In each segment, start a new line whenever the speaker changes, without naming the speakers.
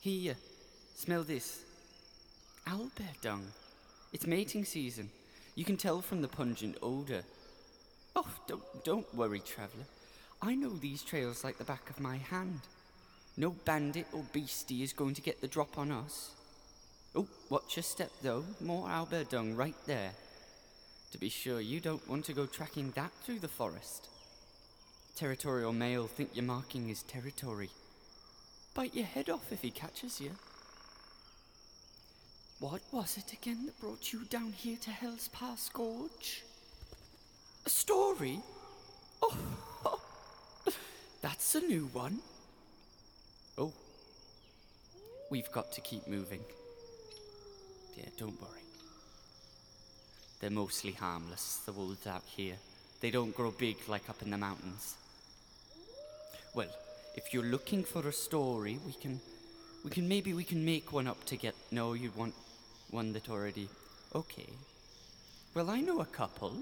Here, smell this. Owl bear dung. It's mating season. You can tell from the pungent odour. Oh, don't, don't worry, traveller. I know these trails like the back of my hand. No bandit or beastie is going to get the drop on us. Oh, watch your step though. More owl bear dung right there. To be sure, you don't want to go tracking that through the forest. Territorial male think you're marking his territory. Bite your head off if he catches you. What was it again that brought you down here to Hell's Pass Gorge? A story? Oh, that's a new one. Oh, we've got to keep moving. Yeah, don't worry. They're mostly harmless, the wolves out here. They don't grow big like up in the mountains. Well, if you're looking for a story, we can we can maybe we can make one up to get no, you'd want one that already Okay. Well I know a couple.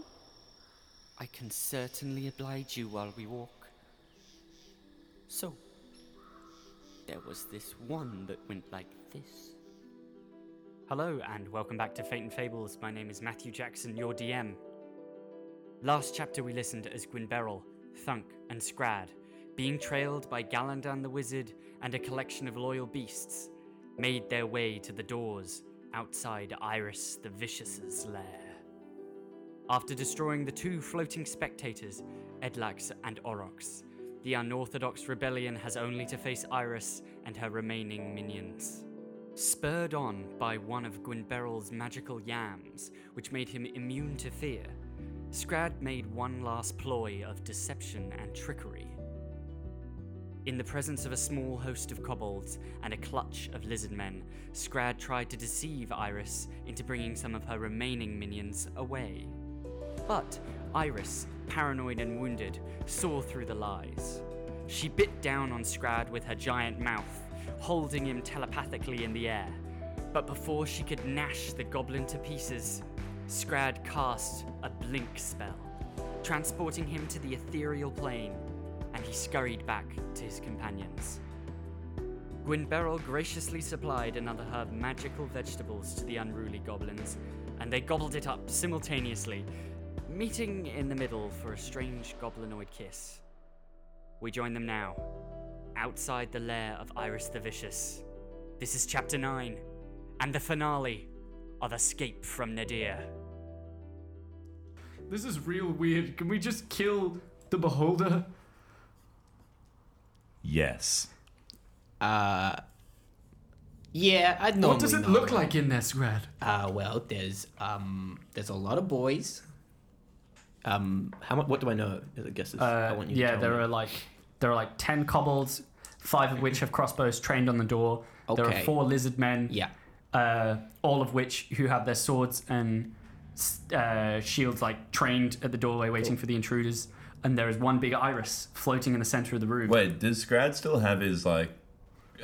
I can certainly oblige you while we walk. So there was this one that went like this. Hello, and welcome back to Fate and Fables. My name is Matthew Jackson, your DM. Last chapter, we listened as Gwynberyl, Thunk, and Scrad, being trailed by Galandan the Wizard and a collection of loyal beasts, made their way to the doors outside Iris the Vicious's lair. After destroying the two floating spectators, Edlax and Orox, the unorthodox rebellion has only to face Iris and her remaining minions. Spurred on by one of Gwynberyl's magical yams, which made him immune to fear, Scrad made one last ploy of deception and trickery. In the presence of a small host of kobolds and a clutch of lizard men, Scrad tried to deceive Iris into bringing some of her remaining minions away. But Iris, paranoid and wounded, saw through the lies. She bit down on Scrad with her giant mouth, holding him telepathically in the air. But before she could gnash the goblin to pieces, Scrad cast a blink spell, transporting him to the ethereal plane, and he scurried back to his companions. Gwynberyl graciously supplied another herb magical vegetables to the unruly goblins, and they gobbled it up simultaneously, meeting in the middle for a strange goblinoid kiss. We join them now, outside the lair of Iris the Vicious. This is Chapter 9, and the finale of Escape from Nadir.
This is real weird. Can we just kill the beholder?
Yes.
Yeah, I'd normally
What does it
know
look
that.
like in there, Scrad?
Uh, well, there's um, there's a lot of boys. Um, how much? What do I know? I guess it's, I want you.
Uh, yeah,
to tell
there
me.
are like there are like ten kobolds, five of which have crossbows trained on the door. There are
Okay.
four lizard men.
Yeah.
Uh, all of which who have their swords and s- uh, shields like trained at the doorway, waiting for the intruders. And there is one big iris floating in the center of the room.
Wait, does Scrad still have his like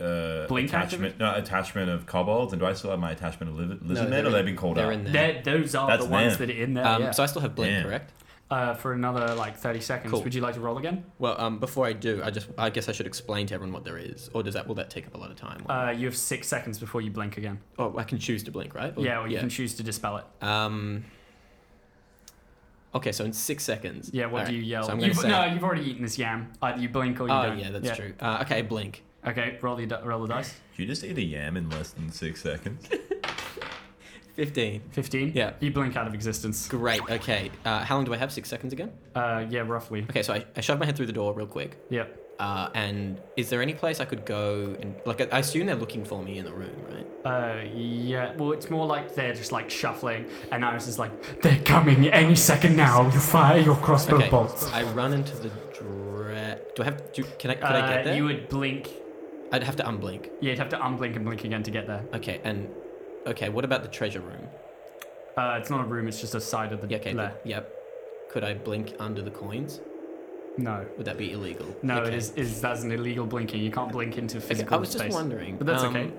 uh,
Blink
attachment? No, attachment of kobolds, and do I still have my attachment of lizard, lizard men,
they're
or
in-
they've been called
they're
out?
in there.
They're- those are
That's
the ones
them.
that are in there.
Um,
yeah.
So I still have blink,
Damn.
correct?
uh, for another like thirty seconds,
Cool.
would you like to roll again?
Well, um, before I do, I just I guess I should explain to everyone what there is, or does that will that take up a lot of time?
Uh, you have six seconds before you blink again.
oh, I can choose to blink, right? Or-
yeah, or you can choose to dispel it.
Um. Okay, so in six seconds.
Yeah, what
All
do
right,
you yell?
So I'm gonna
you've,
say,
no, you've already eaten this yam. Either you blink or you
oh
don't.
yeah, that's true. Uh, okay, blink.
Okay, roll the roll the dice.
Did you just eat a yam in less than six seconds?
Fifteen.
Fifteen.
Yeah.
You blink out of existence.
Great. Okay. Uh, how long do I have? Six seconds again.
Uh, yeah, roughly.
Okay, so I, I shove my head through the door real quick.
Yep.
Uh, and is there any place I could go and like I I assume they're looking for me in the room, right?
Uh, yeah. Well, it's more like they're just like shuffling, and Iris is like, "They're coming any second now. You fire your crossbow
Okay.
bolts."
I run into the dra- Do I have? Do, can I? Can I
Uh,
get there?
you would blink.
I'd have to unblink.
Yeah, you'd have to unblink and blink again to get there.
Okay, and okay. What about the treasure room?
Uh, it's not a room; it's just a side of the
Yeah. Okay.
lair.
the- yep. Could I blink under the coins?
No.
Would that be illegal?
No,
Okay.
it is, is that's an illegal blinking. You can't blink into
Okay,
physical
I was
space.
just wondering.
but that's
um,
okay.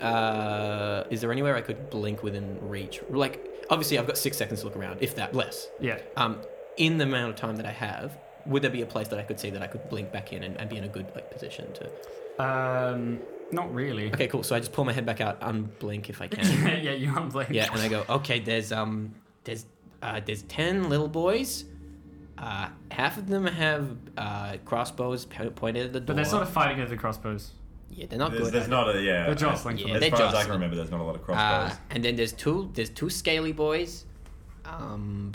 Uh, is there anywhere I could blink within reach? Like, obviously, I've got six seconds to look around, if that less.
Yeah.
um, in the amount of time that I have, would there be a place that I could see that I could blink back in and, and be in a good like position to?
Um, Not really.
Okay, cool. So I just pull my head back out, unblink if I can.
yeah, you aren't blaming.
yeah, and I go, okay, there's um, there's uh, there's ten little boys. Uh, half of them have uh, crossbows po- pointed at the door.
But they're sort of fighting over the crossbows.
yeah, they're not
There's,
good.
there's
at
not a yeah.
They're jostling
I-
for
Uh, Yeah,
As
they're
far as I
jostling.
can remember, there's not a lot of
Uh,
crossbows.
and then there's two there's two scaly boys. Um,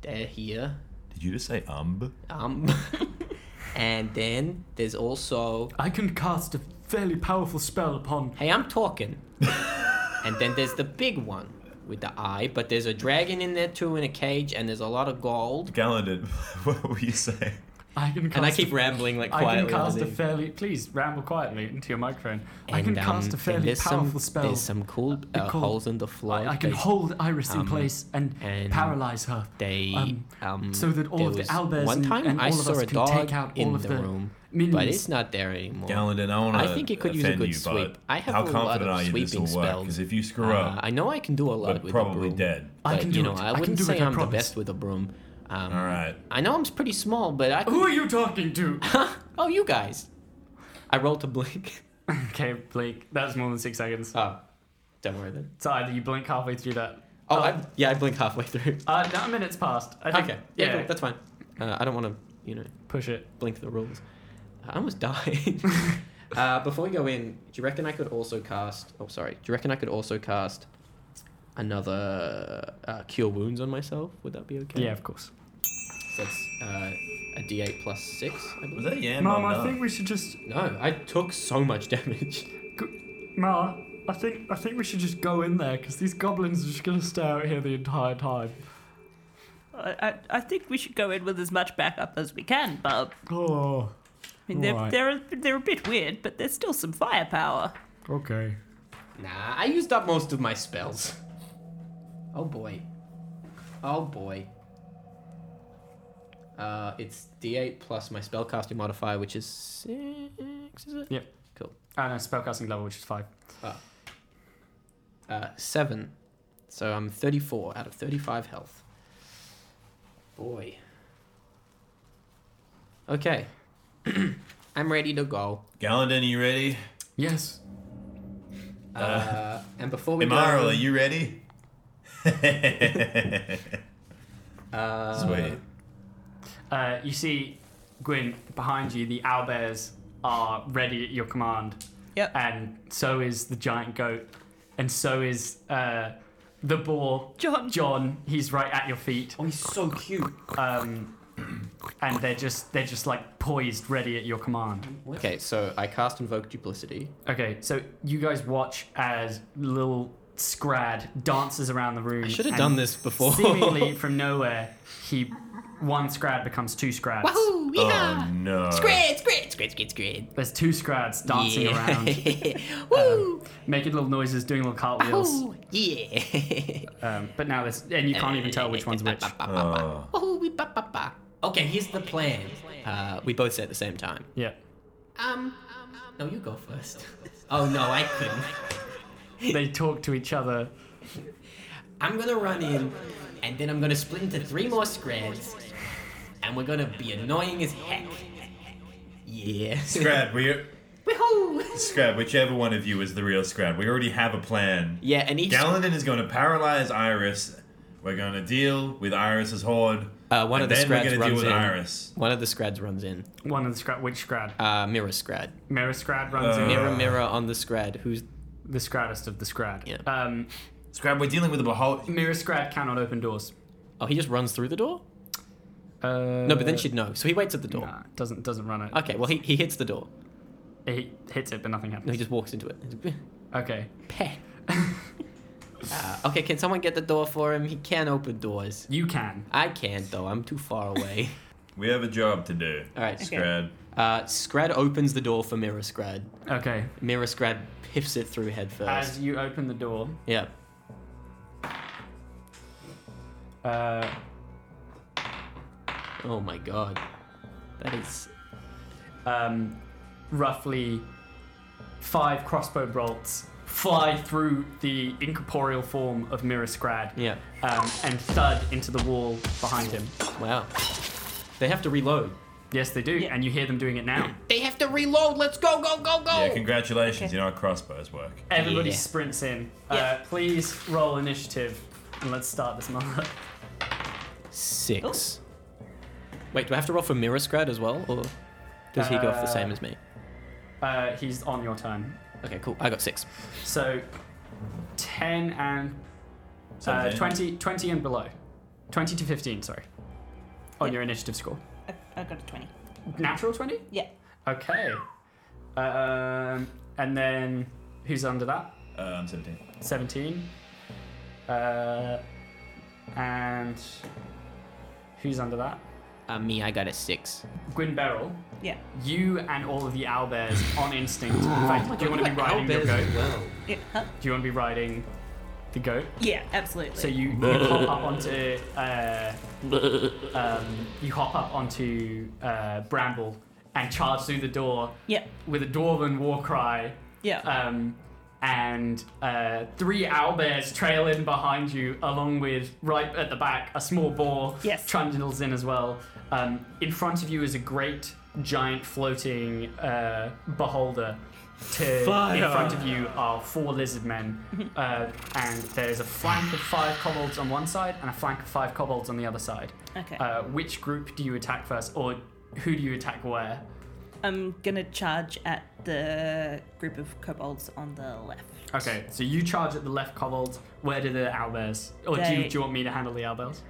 they're here.
Did you just say umb?
Um, and then there's also
I can cast a fairly powerful spell upon.
hey, I'm talking. and then there's the big one with the eye, but there's a dragon in there too in a cage, and there's a lot of gold.
Galandon, what were you saying?
I can. Cast
And I
a-
keep rambling like
I can
quietly.
cast a
on the-
fairly. Please ramble quietly into your microphone. I
and,
can
um,
cast a
and
fairly
there's some-
powerful spell.
There's some cool uh,
called-
holes in the floor.
I, I can
that-
hold Iris in
um,
place and,
and
paralyze her.
they
um,
um,
so that all
there
of the
was-
owlbears
one
and-
time
and
I
all of
saw
us
a
can
dog
take out all
in
of
the,
the
room but
minions.
it's not there anymore
Galandon, I want to.
I think it could use a good
you,
sweep.
but
I have
how
a lot
confident
of
are you this will
sweeping
work?
spells.
Because if you
Uh,
screw up,
I know I can do a lot
but
with a
probably
broom,
dead.
I
but,
can
you
do
know
it. I
I
can
wouldn't
do it,
say
I
I'm the
promise.
best with a broom um,
All right.
I know I'm pretty small but I
Who
could,
are you talking to?
oh you guys I rolled a blink
okay, Blake, that was more than six seconds.
oh don't worry then
So either you blink halfway through that.
oh I, yeah I blinked halfway through
Uh, no, a minute's passed. I think,
okay yeah, cool, that's fine uh, I don't want to you know
push it.
blink the rules. I almost died. uh, before we go in, do you reckon I could also cast? Oh, sorry. Do you reckon I could also cast another uh, cure wounds on myself? Would that be okay?
Yeah, of course.
So that's uh, a D8 plus six. I
Was
believe.
that Yam?
Mom,
or
I
no?
think we should just.
No, I took so much damage.
Ma, I think I think we should just go in there because these goblins are just gonna stay out here the entire time.
I, I, I think we should go in with as much backup as we can, Bub.
Oh,
I mean, they're,
Right.
they're, a, they're a bit weird, but there's still some firepower.
okay.
Nah, I used up most of my spells. Oh boy. Oh boy. Uh, it's D8 plus my spellcasting modifier, which is six, is it?
Yep.
Cool.
And a spellcasting level, which is five.
Uh, seven. So I'm 34 out of 35 health. Boy. Okay. I'm ready to go.
Galandon, are you ready?
Yes.
Uh, and before we
Imara,
go,
are you ready?
uh,
Sweet.
Uh, you see, Gwyn, behind you, the owlbears are ready at your command.
Yep.
And so is the giant goat. And so is uh, the boar.
John.
John, he's right at your feet.
oh, he's so cute.
Um, and they're just they're just like poised, ready at your command.
Okay, so I cast Invoke Duplicity.
Okay, so you guys watch as little Scrad dances around the room.
I should have
and
done this before.
Seemingly from nowhere, he one Scrad becomes two Scrads.
Wahoo!
Oh no.
Squid, squid, squid, squid, squid.
There's two Scrads dancing
yeah.
around. Uh,
Woo!
making little noises, doing little
Oh.
cartwheels.
Wahoo! Yeah.
Um, but now this, and you can't even tell which one's which.
Oh.
Wahoo! wee, ba, ba, ba. Okay, here's the plan. Uh, we both say it at the same time.
Yeah,
Um, no, you go first. Oh no, I couldn't.
they talk to each other.
I'm gonna run in, and then I'm gonna split into three more squares, and we're gonna be annoying as heck. Yeah.
Scrab, we
Woohoo!
Scrab, whichever one of you is the real Scrab, we already have a plan.
Yeah, and each
Galadin is going to paralyze Iris. We're going to deal with Iris's horde.
uh, one
and
of the
then we're
scrads
going to deal
runs
with
in.
Iris.
One of the scrads runs in.
One of the scrad, which scrad?
Uh, mirror scrad.
Mirror scrad runs in.
Mirror, mirror on the scrad. Who's
The scraddest of the scrad.
Yeah.
Um,
Scrab, we're dealing with the behold.
mirror scrad cannot open doors.
Oh, he just runs through the door?
Uh,
No, but then she'd know. So he waits at the door.
nah, doesn't doesn't run it.
Okay, well, he, he hits the door.
He hits it, but nothing
No, he
happens.
just walks into it.
Okay.
Peh. uh, okay, can someone get the door for him? He can't open doors.
You can.
I can't, though. I'm too far away.
We have a job to do.
All right.
Scrab.
Uh, Scrad opens the door for Mirror Scrad.
Okay.
Mirror Scrad piffs it through head first.
As you open the door,
yeah.
uh,
Oh my god. That is.
um, roughly five crossbow bolts fly through the incorporeal form of Mirror Scrad.
Yeah.
um, and thud into the wall behind him.
Wow. They have to reload.
Yes, they do,
Yeah.
and you hear them doing it now.
They have to reload. Let's go, go, go, go.
Yeah, congratulations.
Okay.
You know how crossbows work.
Everybody
Yeah.
sprints in.
Yeah.
Uh, please roll initiative, and let's start this mother.
Six.
Oh.
Wait, do I have to roll for Mirror Scrat as well, or does he go off the
Uh,
same as me?
Uh, he's on your turn.
Okay, cool. I got six.
So, 10 and uh,
Something.
20, 20 and below. 20 to 15, sorry. On your initiative score.
I, I got a 20.
Natural 20?
Yeah.
Okay. Um, and then who's under that?
Uh, I'm 17.
17. Uh, and who's under that?
Uh, me, I got a six.
Gwyn Beryl,
Yeah.
you and all of the owlbears on instinct. In fact, do you want to be riding your goat?
Yeah. Huh?
Do you want to be riding the goat?
Yeah, absolutely.
So you, you hop up onto uh, um, you hop up onto uh, Bramble and charge through the door
yeah.
with a dwarven war cry,
Yeah.
um, and uh, three owlbears trail in behind you, along with right at the back a small boar
Yes.
trundles in as well. Um, in front of you is a great giant floating uh, beholder. To, in front of you are four lizard men, uh, and there's a flank of five kobolds on one side and a flank of five kobolds on the other side.
okay.
Uh, which group do you attack first, or who do you attack where?
I'm gonna charge at the group of kobolds on the left.
Okay, so you charge at the left kobold. Where do the owlbears? Or do, you,
They-
do you want me to handle the owlbears?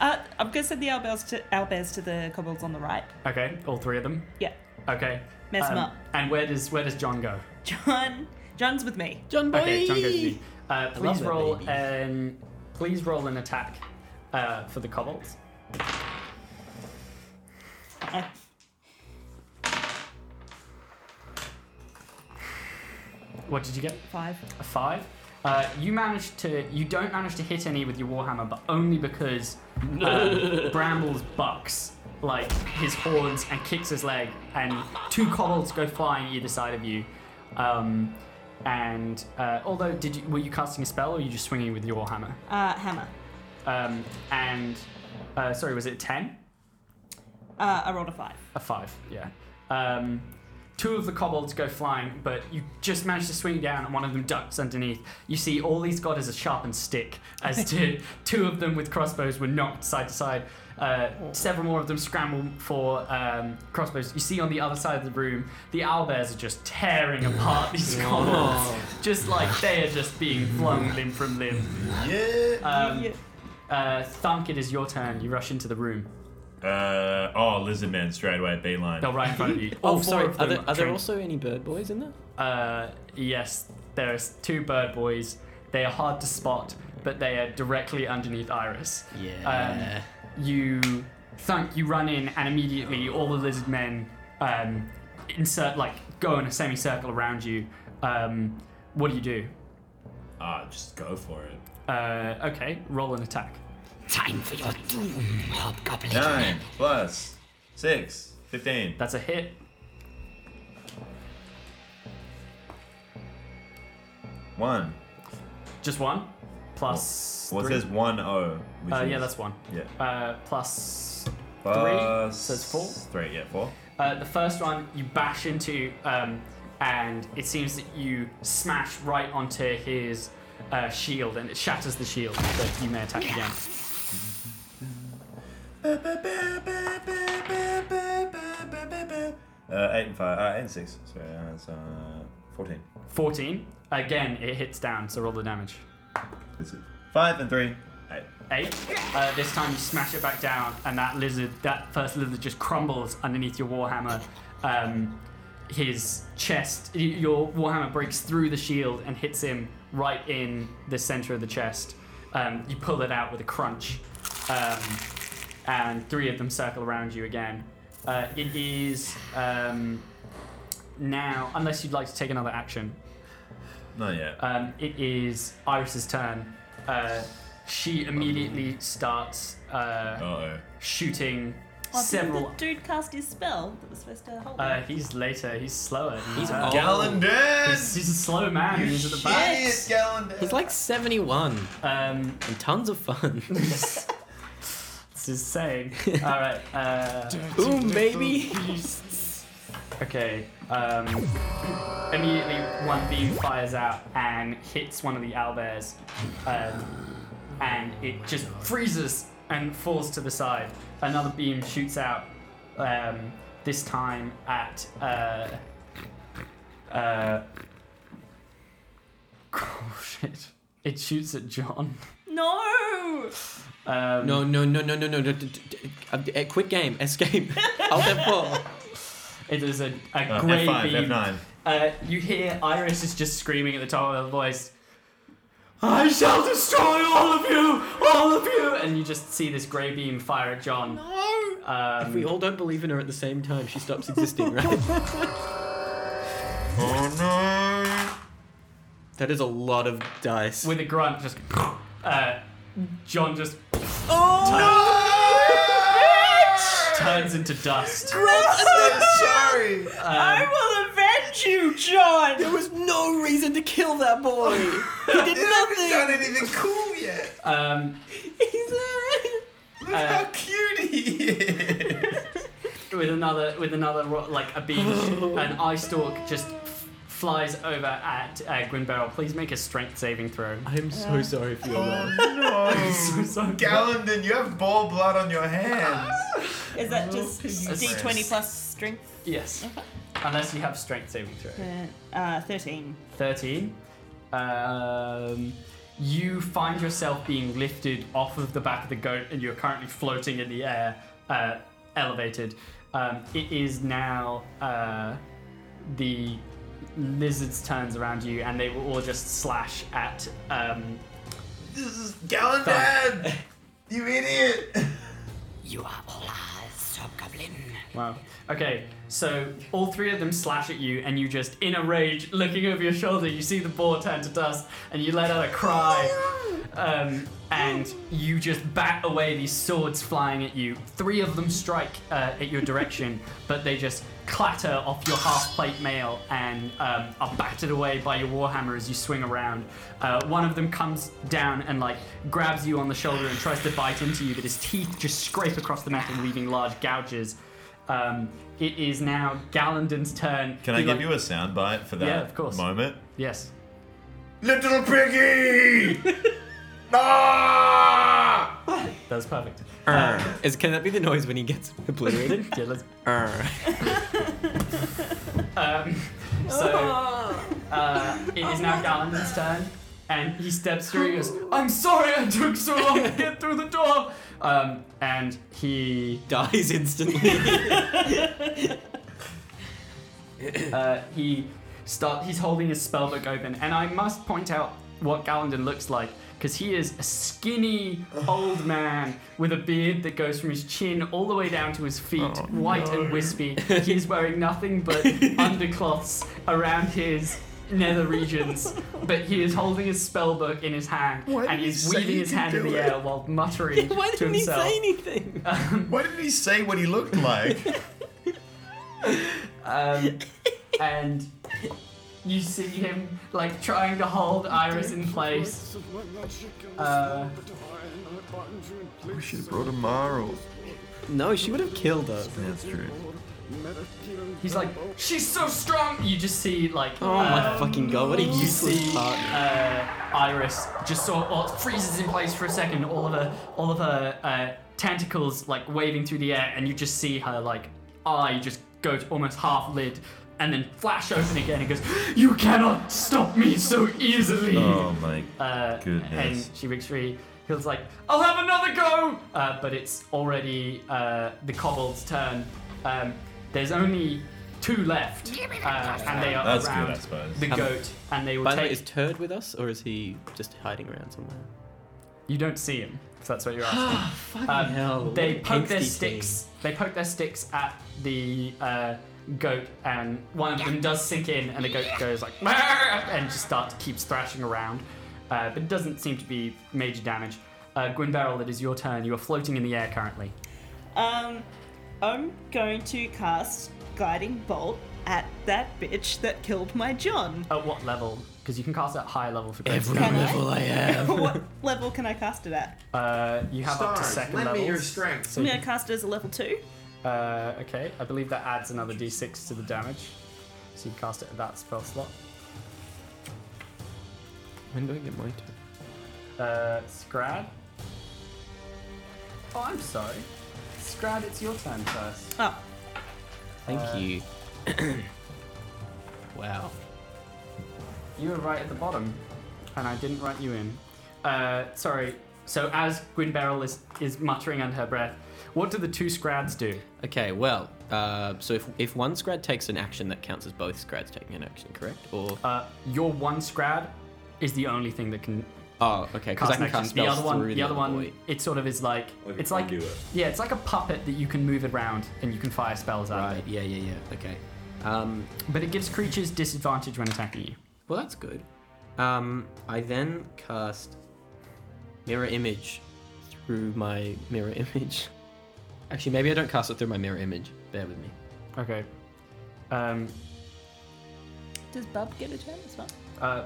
Uh, I'm gonna send the owlbears to owlbears to the kobolds on the right.
Okay, all three of them.
Yeah.
Okay. Um,
Mess 'em up.
And where does where does John go?
John. John's with me.
John boy.
Okay, John goes with you. Uh, please
that
roll
baby.
an please roll an attack uh, for the kobolds.
Uh,
What did you get?
five.
a five. Uh, you managed to. You don't manage to hit any with your warhammer, but only because um, Brambles bucks like his horns and kicks his leg, and two kobolds go flying either side of you. Um, and uh, although, did you were you casting a spell or were you just swinging with your warhammer?
Uh, hammer.
Um, and uh, sorry, was it ten?
Uh, I rolled a five.
A five, yeah. Um, two of the kobolds go flying, but you just manage to swing down, and one of them ducks underneath. You see, all he's got is a sharpened stick, as two, two of them with crossbows were knocked side to side. Uh, several more of them scramble for um, crossbows. You see on the other side of the room, the owlbears are just tearing apart these kobolds. Just like they are just being flung limb from limb.
Yeah.
Um,
Yeah.
uh, Thunk, it is your turn. You rush into the room.
Uh, oh, lizard man straight away beeline.
They're right in front of you. All
Oh,
four
sorry.
of
Are
them
there, are there
trained-
also any bird boys in there?
Uh, yes, there's two bird boys. They are hard to spot, but they are directly underneath Iris. Um,
Yeah.
you thunk, you run in, and immediately all the lizard men um, insert, like, go in a semicircle around you. Um, what do you do?
Ah, just go for it.
Uh, okay, roll an attack.
Time for your doom, hobgoblin.
Nine plus six. 15.
That's a hit.
One.
Just one. Plus.
Well, it
three.
says one O. Which
Uh,
is,
yeah, that's one.
Yeah.
Uh, plus
Plus
so it's four?
Three, yeah, four.
Uh, the first one you bash into, um, and it seems that you smash right onto his uh, shield, and it shatters the shield. But you may attack again.
Uh, eight and five. Uh, eight and six. Sorry, uh, it's uh, 14.
Fourteen. Again, it hits down. So roll the damage.
Is it? Five and three. Eight.
Eight. Uh, this time you smash it back down, and that lizard, that first lizard, just crumbles underneath your warhammer. Um, his chest, y- your warhammer breaks through the shield and hits him right in the center of the chest. Um, you pull it out with a crunch, um, and three of them circle around you again. Uh, it is um, now, unless you'd like to take another action,
Not yet.
um, it is Iris's turn. Uh, she immediately starts uh,
Uh-oh.
shooting
Oh,
several.
didn't the dude cast his spell that was supposed to hold
Uh,
him?
he's later. He's slower. He's,
Oh,
he's, he's a slow man. He's at the back.
Shit, Gallon
He's like 71
Um,
and tons of fun.
It's insane. All right. Uh,
Ooh, maybe.
okay. Um, immediately, one beam fires out and hits one of the owlbears, um, and it just freezes and falls to the side. Another beam shoots out. Um, this time at. Uh, uh, oh shit! It shoots at John.
No!
Um,
No, no, no, no, no, no. no, d- d- d- uh, d- uh, Quick game. Escape. Alt F4.
It is a, a
Uh,
great
F5,
beam.
F9.
Uh, you hear Iris is just screaming at the top of her voice,
I shall destroy all of you! All of you!
and you just see this grey beam fire at John.
If
Um,
we all don't believe in her at the same time, she stops existing, right?
Oh
That is a lot of dice.
with a grunt, just uh, John just turns into dust.
sorry.
I will avenge you, John!
There was no reason to kill that boy. He did nothing.
no! anything cool yet!
Um,
He's alright.
Look how cute he is!
with another, with another, ro- like a beam, an eye stalk just f- flies over at uh, Gwynbarrel. Please make a strength saving throw.
I'm so sorry for your loss.
Oh, no!
So-
Gallanden, you have ball blood on your hands!
Is that just
goodness.
D20 plus strength?
yes, unless you have strength saving throw.
Uh, 13.
13. Um, you find yourself being lifted off of the back of the goat and you're currently floating in the air, uh, elevated. Um, it is now uh, the lizard's turns around you and they will all just slash at. Um,
This is Gallanden! You idiot!
You are all ours, Hobgoblin.
wow. Okay, so all three of them slash at you and you just, in a rage, looking over your shoulder, you see the boar turn to dust and you let out a cry. um, and you just bat away these swords flying at you. Three of them strike uh, at your direction, but they just clatter off your half plate mail and um, are battered away by your warhammer as you swing around. Uh, one of them comes down and like grabs you on the shoulder and tries to bite into you, but his teeth just scrape across the metal, leaving large gouges. Um, it is now Galandon's turn.
Can I give you a soundbite for that
Yeah, of course.
moment?
Yes.
Little piggy! ah!
That's perfect.
Err. Is, can that be the noise when he gets obliterated?
Yeah, let's-
Err.
Um, so. Uh, it is now Galen's turn, and he steps through. He goes, "I'm sorry, I took so long to get through the door." Um, and he
Dies instantly.
uh, he start he's holding his spellbook open, and I must point out what Gallandon looks like because he is a skinny old man with a beard that goes from his chin all the way down to his feet, white and wispy. He is wearing nothing but undercloths around his nether regions, but he is holding his spellbook in his hand and he's waving his hand in the air while muttering
Why
to
didn't he
himself.
say anything?
Why didn't he say what he looked like?
Um, and you see him like trying to hold Iris in place. Uh,
we should have brought a Marl.
No, she would have killed us.
That's true.
he's like, she's so strong. You just see like,
Oh my
uh,
fucking god, what a
you
useless
see
partner.
uh, Iris just sort of well, freezes in place for a second. All of her, all of her uh, tentacles like waving through the air, and you just see her like eye just go to almost half lid. And then flash open again and goes, You cannot stop me so easily!
Oh my.
Uh,
Goodness.
And she makes free. He's like, I'll have another go! Uh, but it's already uh, the kobold's turn. Um, there's only two left. Uh, and they are
That's good,
around
I suppose.
the
Um,
goat. And they will
By the way,
take.
is Turd with us or is he just hiding around somewhere?
You don't see him, if that's what you're asking. Um,
hell,
they
what a
poke their
angsty
sticks. They poke their sticks at the uh, goat, and one of them does sink in, and the goat goes like "Meow," and just starts keeps thrashing around, uh, but doesn't seem to be major damage. Uh, Gwynbarrel, it is your turn. You are floating in the air currently.
Um, I'm going to cast guiding bolt at that bitch that killed my John.
At what level? Because you can cast at high level for great.
Can I?
I am.
what level can I cast it at?
Uh, you have up to
Stars,
second
lend
level.
me your strength.
I'm gonna cast it as a level two.
Uh, okay, I believe that adds another d6 to the damage. So you cast it at that spell slot.
When do I get my turn?
Uh, Scrad? Oh, I'm sorry. Scrad, it's your turn first.
Oh,
Thank you. Uh, wow.
You were right at the bottom, and I didn't write you in. Uh, sorry. So as Gwyn Beryl is, is muttering under her breath, what do the two Scrads do?
Okay, well, uh, so if, if one Scrad takes an action, that counts as both Scrads taking an action, correct? Or
Uh, your one Scrad is the only thing that can
oh, okay, because
cast
I can
an action.
cast
The
spells
other one,
through
the, other one, it sort of is like,
Like a
it's like
conduit.
yeah, it's like a puppet that you can move around and you can fire spells out of
Right?
it.
Yeah, yeah, yeah. Okay. Um,
But it gives creatures disadvantage when attacking you.
well, that's good. Um, I then cast mirror image through my mirror image. Actually, maybe I don't cast it through my mirror image. Bear with me.
Okay. Um,
does Bub get a turn as well?
Uh,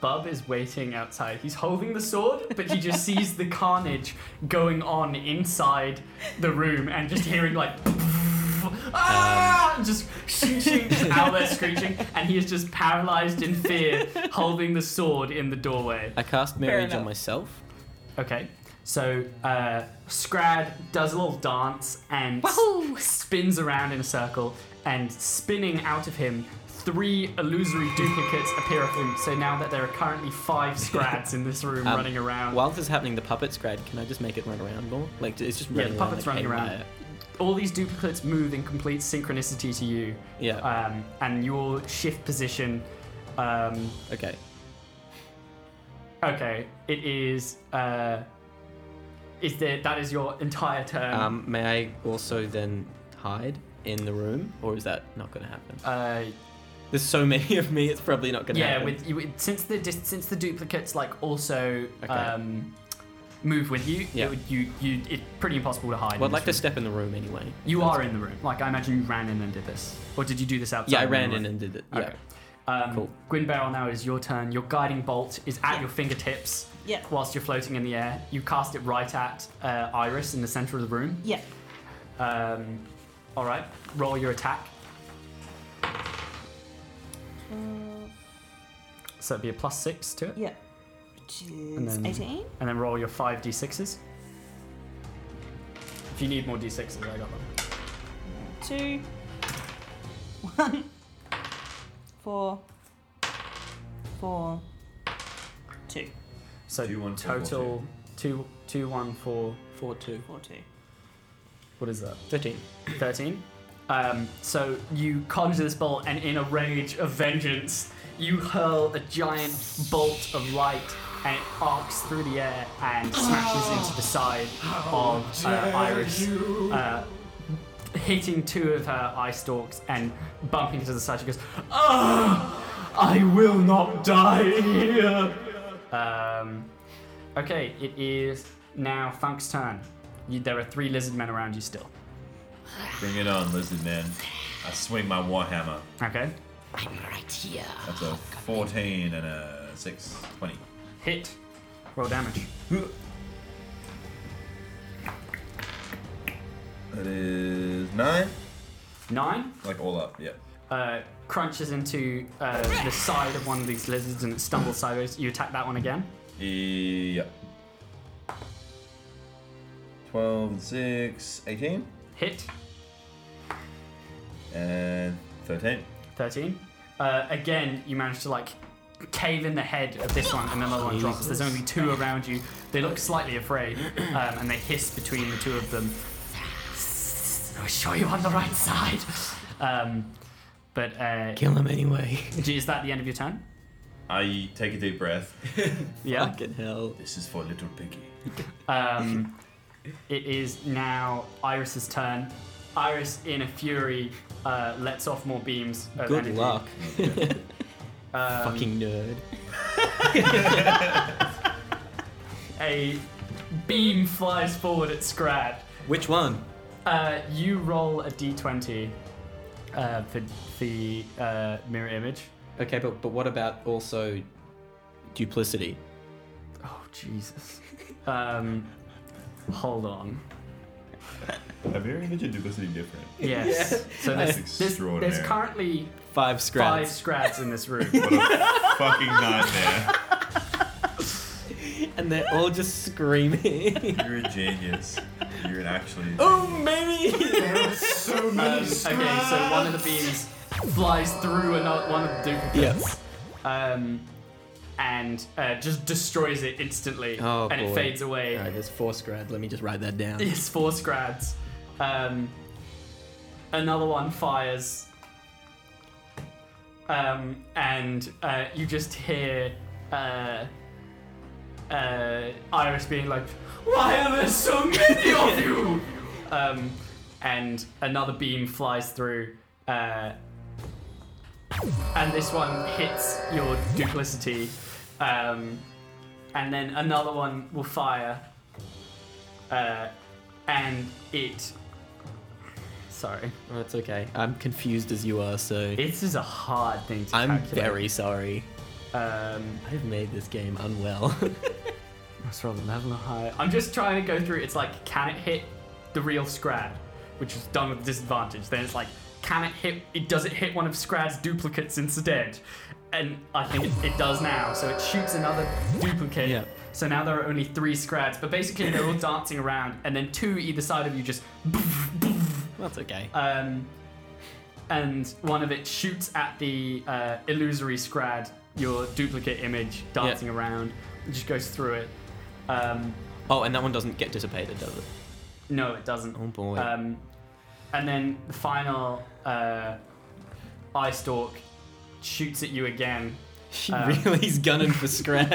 Bub is waiting outside. He's holding the sword, but he just sees the carnage going on inside the room and just hearing like. Ah! Just shooting just out there screeching, and he is just paralyzed in fear, holding the sword in the doorway.
I cast mirror
Fair
image on
enough.
myself.
Okay, so uh, Scrad does a little dance and s- spins around in a circle, and spinning out of him, three illusory duplicates appear of him. So now that there are currently five Scrads in this room
Um,
running around,
While this is happening, the puppet Scrad. Can I just make it run around more? Like it's just
Yeah,
running
the
around
puppet's
like
running
a
around.
riot.
all these duplicates move in complete synchronicity to you.
Yeah.
Um, and you'll shift position. Um,
Okay.
okay, it is. Uh, is there? That is your entire turn.
Um, may I also then hide in the room, or is that not going to happen?
uh,
There's so many of me, it's probably not going to
yeah
happen.
with, you, with since the dis- since the duplicates like also
Okay.
um, move with you
Yeah.
it would, you you it's pretty impossible to hide
well,
in
I'd like to
this
step in the room anyway.
room. you are in the room like i imagine you ran in and did this or did you do this outside
Yeah, I
the
ran
room?
in and did it. Yeah.
okay. um,
Cool.
Gwyn Barrel, now it is your turn. Your guiding bolt is at
Yeah.
your fingertips
Yeah.
whilst you're floating in the air. You cast it right at uh, Iris in the center of the room.
Yeah.
Um, all right, roll your attack.
Uh,
So it'd be a plus six to it.
Yeah. Which
And
is
then-
18.
And then roll your five d6s. If you need more d6s, I got them.
Two. One. Four. Four. Two.
So
Two, one, two, four,
total two, two, one, four.
Four, two,
Four, two.
What is that?
thirteen.
13. Um, so you conjure this bolt, and in a rage of vengeance, you hurl a giant bolt of light, and it arcs through the air and smashes into the side of uh, Iris, uh, hitting two of her eye stalks and bumping to the side. She goes, "Ah, I will not die here." Um, okay, it is now Funk's turn. You, there are three lizard men around you still.
Bring it on, lizard man. I swing my warhammer.
Okay.
That's
Oh,
a 14 and a 6, 20.
Hit. Roll damage.
That is 9.
Nine.
Like all up, yeah.
Uh, crunches into uh, the side of one of these lizards and it stumbles sideways. You attack that one again.
Yeah. 12 and 6, 18.
Hit.
And 13.
Thirteen. Uh, again, you manage to like cave in the head of this one and another one drops. There's only two around you. They look slightly afraid um, and they hiss between the two of them. I'll show you on the right side. Um, but uh,
Kill him anyway.
is that the end of your turn?
I take a deep breath.
Yeah.
Fucking hell.
This is for little piggy.
Um,
Hmm.
it is now Iris's turn. Iris, in a fury, uh, lets off more beams. Of
Good
energy. Um,
luck. Fucking nerd.
A beam flies forward at Scrad.
Which one?
Uh, you roll a d20. uh, for the uh, mirror image.
Okay, but but what about also duplicity?
Oh Jesus. Um, hold on.
A mirror image and duplicity different.
Yes. So
That's
there's, there's, there's
extraordinary.
currently
Five
five
scraps.
scrads in this room.
What a fucking nightmare.
And they're all just screaming.
You're a genius. You're an actually.
oh, baby!
So many
Um, okay, so one of the beams flies through another one of the duplicates, um, and uh, just destroys it instantly,
Oh,
and
boy.
it fades away.
Alright, there's four scrad. Let me just write that down.
It's four scrads. Um, another one fires, um, and uh, you just hear uh, uh, Iris being like, "Why are there so many of you?" Um, and another beam flies through, uh, and this one hits your duplicity, um, and then another one will fire uh, and it. Sorry,
Oh, it's okay. I'm confused as you are, so
this is a hard thing to
I'm
calculate.
very sorry.
Um,
I've made this game unwell.
let's roll the level higher. I'm just trying to go through. It's like, can it hit the real Scrad, which is done with disadvantage? Then it's like, can it hit? It does it hit one of Scrad's duplicates instead? And I think it, it does now. So it shoots another duplicate.
Yeah.
So now there are only three Scrads, but basically they're all dancing around, and then two either side of you just
That's okay.
um, and one of it shoots at the uh, illusory scrad, your duplicate image dancing around, it just goes through it. Um,
Oh, and that one doesn't get dissipated, does it?
no, it doesn't.
Oh, boy.
Um, and then the final uh, eye stalk shoots at you again.
She
Um,
really is gunning for scrap.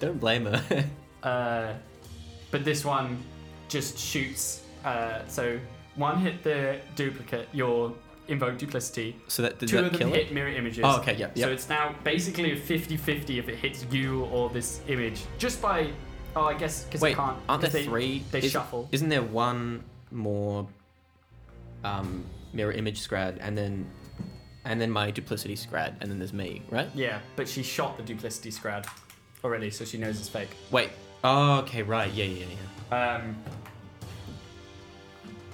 Don't blame her.
Uh, but this one just shoots. Uh, so one hit the duplicate, your invoke duplicity.
So that did
Two
that
of them
kill
hit
it?
mirror images.
Oh, okay, yep,
So
yep.
it's now basically a 50-50 if it hits you or this image, just by. Oh, I guess because
Wait,
it can't.
aren't there
'cause they,
three?
They
Is-
shuffle.
Isn't there one more um, mirror image scrad, and then and then my duplicity scrad, and then there's me, right?
yeah, but she shot the duplicity scrad already, so she knows it's fake.
Wait. Oh, okay, right. Yeah, yeah, yeah.
Um,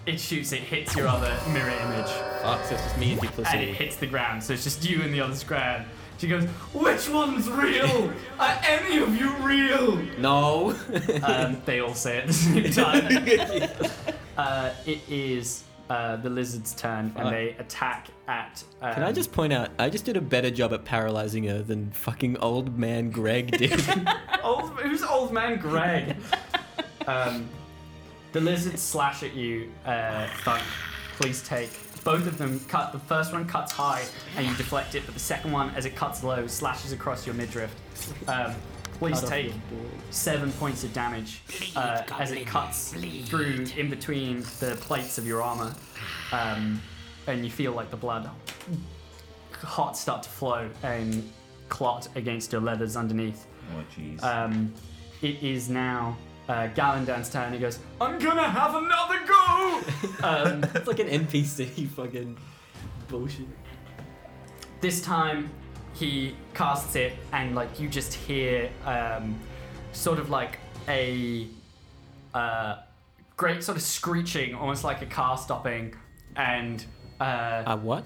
it shoots. It hits your other mirror image,
Fuck, so it's just me and
and it
duplicity.
hits the ground. So it's just you and the other scrad. She goes, "Which one's real? Are any of you real?"
No. Uh,
Um, they all say it at the same time. uh, it is uh, the lizard's turn, and they attack at. Um,
Can I just point out, I just did a better job at paralyzing her than fucking old man Greg did.
Old, who's old man Greg? um, the lizards slash at you, uh, Thunk. Please take. Both of them cut. The first one cuts high, and you deflect it, but the second one, as it cuts low, slashes across your midriff. Um, please take seven points of damage uh, as it cuts through in between the plates of your armor, um, and you feel like the blood hot start to flow and clot against your leathers underneath.
Oh, jeez.
Um, it is now uh, Galandan's turn. He goes, I'm gonna have another go! um,
it's like an NPC fucking bullshit.
this time he casts it, and like you just hear um, sort of like a uh, great sort of screeching, almost like a car stopping, and uh,
Uh, what?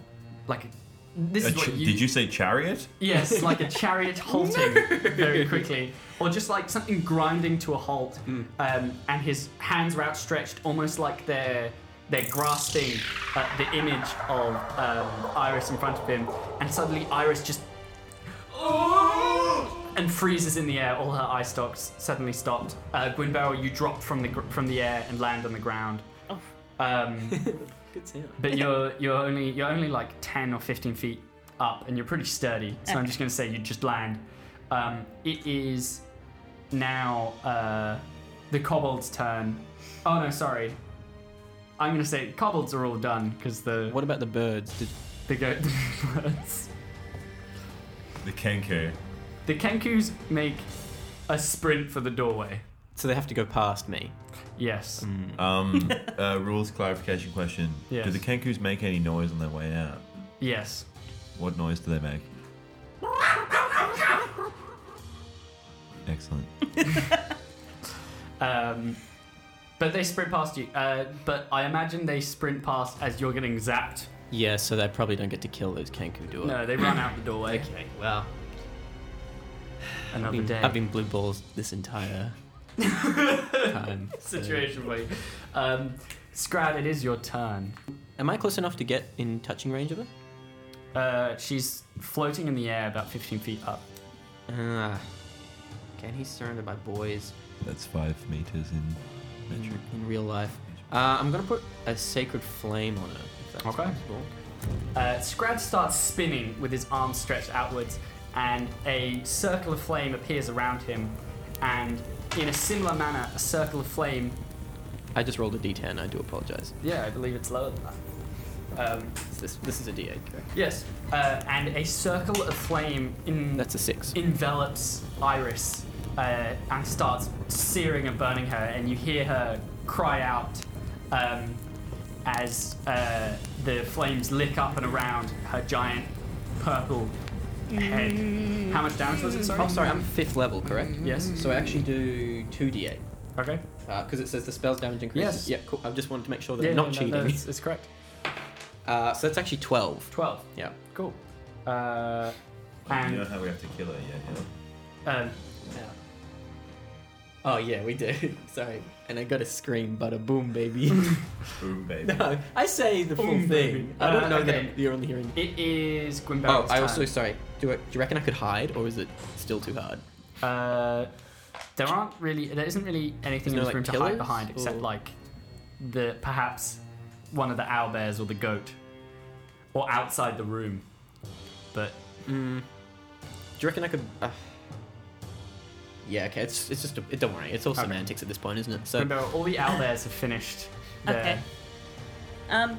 like a, this
A
is
ch-
what you,
Did you say chariot?
Yes, like a chariot halting very quickly, or just like something grinding to a halt.
Hmm.
Um, and his hands are outstretched, almost like they're they're grasping uh, the image of um, Iris in front of him. And suddenly, Iris just and freezes in the air. All her eye stalks suddenly stopped. Uh, Gwynbarrow, you drop from the gr- from the air and land on the ground. Um,
Good sound.
but you're you're only you're only like ten or fifteen feet up, and you're pretty sturdy. So I'm just gonna say you just land. Um, it is now uh, the kobold's turn. Oh no, sorry. I'm gonna say kobolds are all done because the
What about the birds? Did,
the go birds.
The Kenku.
The kenkus make a sprint for the doorway.
so they have to go past me.
Yes.
Um, uh, rules clarification question.
Yes.
Do the Kenkus make any noise on their way out?
Yes.
What noise do they make? Excellent.
Um, but they sprint past you. Uh, but I imagine they sprint past as you're getting zapped.
Yeah, so they probably don't get to kill those Kenku, do I?
No, they run out the doorway.
Okay, well, I've
Another
been,
day.
I've been blue balls this entire time. so-
Situation, mate. Um, Scrad, it is your turn.
Am I close enough to get in touching range of it?
Uh, she's floating in the air about 15 feet up.
Uh, okay, and he's surrounded by boys
That's five meters in
in,
metric.
in real life. Uh, I'm gonna put a sacred flame on her, if that's
Okay.
possible.
Uh, Scrad starts spinning with his arms stretched outwards, and a circle of flame appears around him. And in a similar manner, a circle of flame.
I just rolled a d10. I do apologize.
Yeah, I believe it's lower than that. Um,
It's This this is a d8. Correct?
yes, uh, and a circle of flame in
That's a six.
envelops Iris uh, and starts searing and burning her, and you hear her cry out um, as uh, the flames lick up and around her giant purple head. How much damage was it? Sorry.
Oh, sorry, I'm fifth level, correct?
Yes.
So I actually do two d8
Okay.
because it says the spell's damage
Yes.
increases. Yeah, cool. I just wanted to make sure that I'm not cheating.
it's, it's correct.
Uh, so that's actually twelve.
Twelve.
Yeah.
Cool. Uh, and
You know how we have to kill her yet, yeah?
um,
Oh yeah, we do. Sorry, and I got to scream, but a boom, baby.
Boom, baby.
no, I say the full
Boom,
thing.
baby.
I don't
Uh,
know
okay.
that you're only hearing.
it is Gwynberry's
Ah, Oh, I
turn.
also sorry. Do, I, do you reckon I could hide, or is it still too hard?
Uh, there aren't really. There isn't really anything in this
There's no, like,
room to
killers,
hide behind, except
or-
like the perhaps one of the owl bears or the goat, or outside the room. But
Do you reckon I could? Uh... Yeah, okay. It's it's just a, it, don't worry. It's all
Okay.
semantics at this point, isn't it? So
remember, all the owl bears have finished. Their,
Okay. Um,